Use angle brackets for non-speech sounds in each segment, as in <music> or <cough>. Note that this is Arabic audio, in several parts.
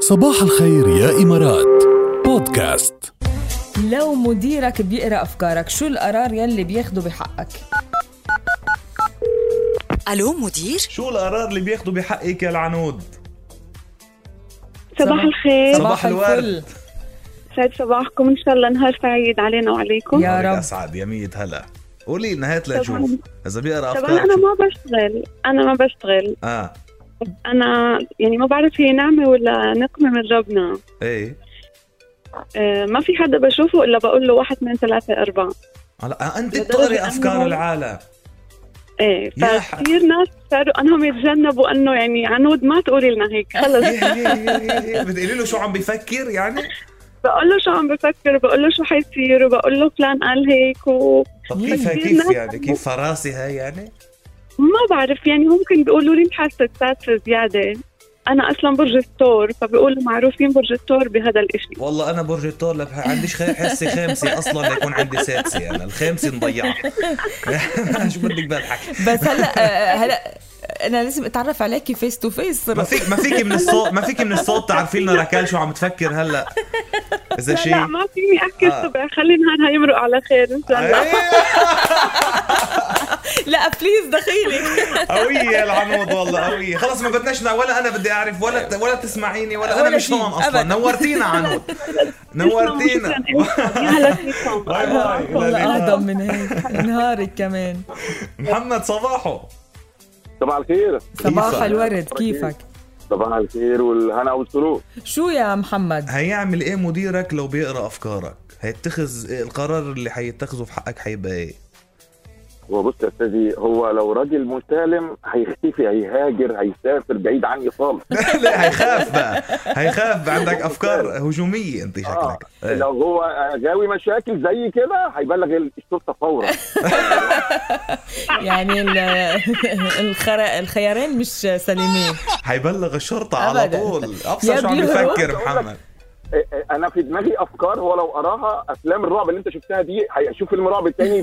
صباح الخير يا إمارات بودكاست لو مديرك بيقرا افكارك شو القرار يلي بياخده بحقك الو مدير شو القرار اللي بياخده بحقك يا العنود؟ صباح- صباح إيه، الخير صباح الورد. سعد صباحكم ان شاء الله نهار سعيد علينا وعليكم يا عليك رب اسعد يا مية هلا قولي لنا هات طبعاً. لنشوف اذا بيقرا طبعا انا افكارك ما بشتغل انا ما بشتغل اه انا يعني ما بعرف هي نعمه ولا نقمه من ربنا ايه آه، ما في حدا بشوفه الا بقول له واحد اثنين ثلاثه اربعه هلا آه، انت لدرجة بتقري إنه- افكار <laughs> العالم ايه يا ح- فكثير ناس صاروا انهم يتجنبوا انه يعني عنود ما تقولي لنا هيك خلص <laughs> إيه- إيه- إيه- إيه. بتقولي له شو عم بيفكر يعني؟ بقول له شو عم بفكر بقول له شو حيصير وبقول له فلان قال هيك وما طب مين؟ كيف كثير كيف ناس يعني كيف فراسي هاي يعني؟ بعرف يعني ممكن بيقولوا لي محسسات زياده انا اصلا برج الثور فبيقولوا معروفين برج الثور بهذا الاشي والله انا برج الثور لبح... عنديش خي- حسه خامسه اصلا ليكون عندي سادسه انا الخامسه مضيعه <laughs> شو بدك بالحكي؟ بس هلا آه، هلا انا لازم اتعرف عليكي فيس تو فيس ما فيك ما فيك من الصوت ما فيك من الصوت تعرفي لنا ركال شو عم تفكر هلا اذا لا لا شيء ما فيني احكي آه. الصبح خلي النهار هيمرق على خير ان شاء الله إيه. لا بليز دخيلك قوية العنود والله قوية خلص ما بدناش نع- ولا أنا بدي أعرف ولا ولا تسمعيني ولا, ولا أنا مش شيء، هون أصلا أيوه. أبداً. نورتينا <laughs> عنود نورتينا يا هلا فيكم <laughs> باي باي والله لليلة. اهضم من هيك نهارك كمان محمد صباحه صباح الخير صباح كيفك؟ الورد كيفك صباح الخير والهنا والسرور شو يا محمد هيعمل إيه مديرك لو بيقرأ أفكارك هيتخذ القرار اللي هيتخذه في حقك هيبقى إيه <laughs> هو بص يا استاذي هو لو راجل مستلم هيختفي هيهاجر هيسافر بعيد عني خالص لا هيخاف بقى هيخاف بقى. عندك أفكار هجومية أنت شكلك إيه. آه. لو هو غاوي مشاكل زي كده هيبلغ الشرطه <laughs> فورا يعني ال- <laughs> الخر... الخيارين مش سليمين هيبلغ الشرطة على أبداً. طول أبصر شو عم يا بيفكر محمد آه، آه، انا في دماغي افكار هو لو قراها افلام الرعب اللي انت شفتها دي هيشوف فيلم رعب <laughs> تاني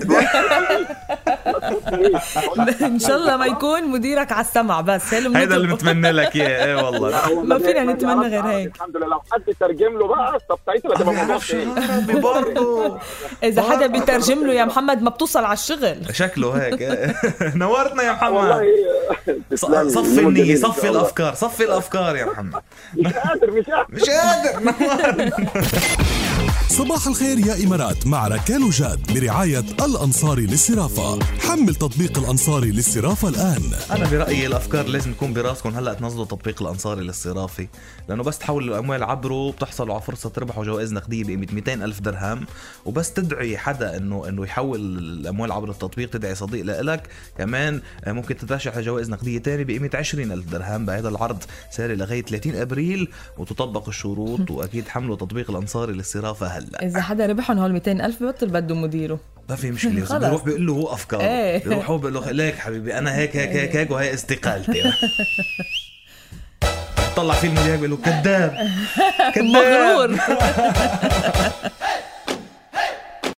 ان شاء الله ما يكون مديرك على السمع بس هل هيدا اللي بتمنى لك إياه إيه والله ما فينا يعني نتمنى غير هيك. الحمد لله لو حد ترجم له بقى السبتايتل ما هتبقى موضوع بيعرفش تاني عربي برضه اذا <laughs> حدا بيترجم له يا محمد ما بتوصل على الشغل شكله هيك <laughs> نورتنا يا محمد والله آه. آه، ص- تسلم صفي النية لي. يومك جميل إن صفي شاء الله. الأفكار صفي الأفكار يا محمد مش قادر مش قادر مش قادر صباح الخير يا إمارات مع ركال وجاد برعاية الأنصاري للصرافة حمل تطبيق الأنصاري للصرافة الآن أنا برأيي الأفكار لازم تكون براسكم هلا تنزلوا تطبيق الأنصاري للصرافي لأنه بس تحولوا الأموال عبره بتحصلوا على فرصة تربحوا جوائز نقدية بقيمة 200 ألف درهم وبس تدعي حدا إنه إنه يحول الأموال عبر التطبيق تدعي صديق لإلك كمان آه، ممكن تترشح لجوائز نقدية تانية بقيمة 20 ألف درهم بهذا العرض ساري لغاية 30 أبريل وتطبق الشروط وأكيد حملوا تطبيق الأنصاري للصرافة هلا اذا حدا ربحهم هول 200 الف ببطل بده مديره ما في مشكله بس خلص. بيروح بيقول له هو افكاره إيه. بيروح هو بيقول له ليك حبيبي انا هيك هيك هيك هيك وهي استقالتي طلع فيه المذيع بيقول له كذاب كذاب مغرور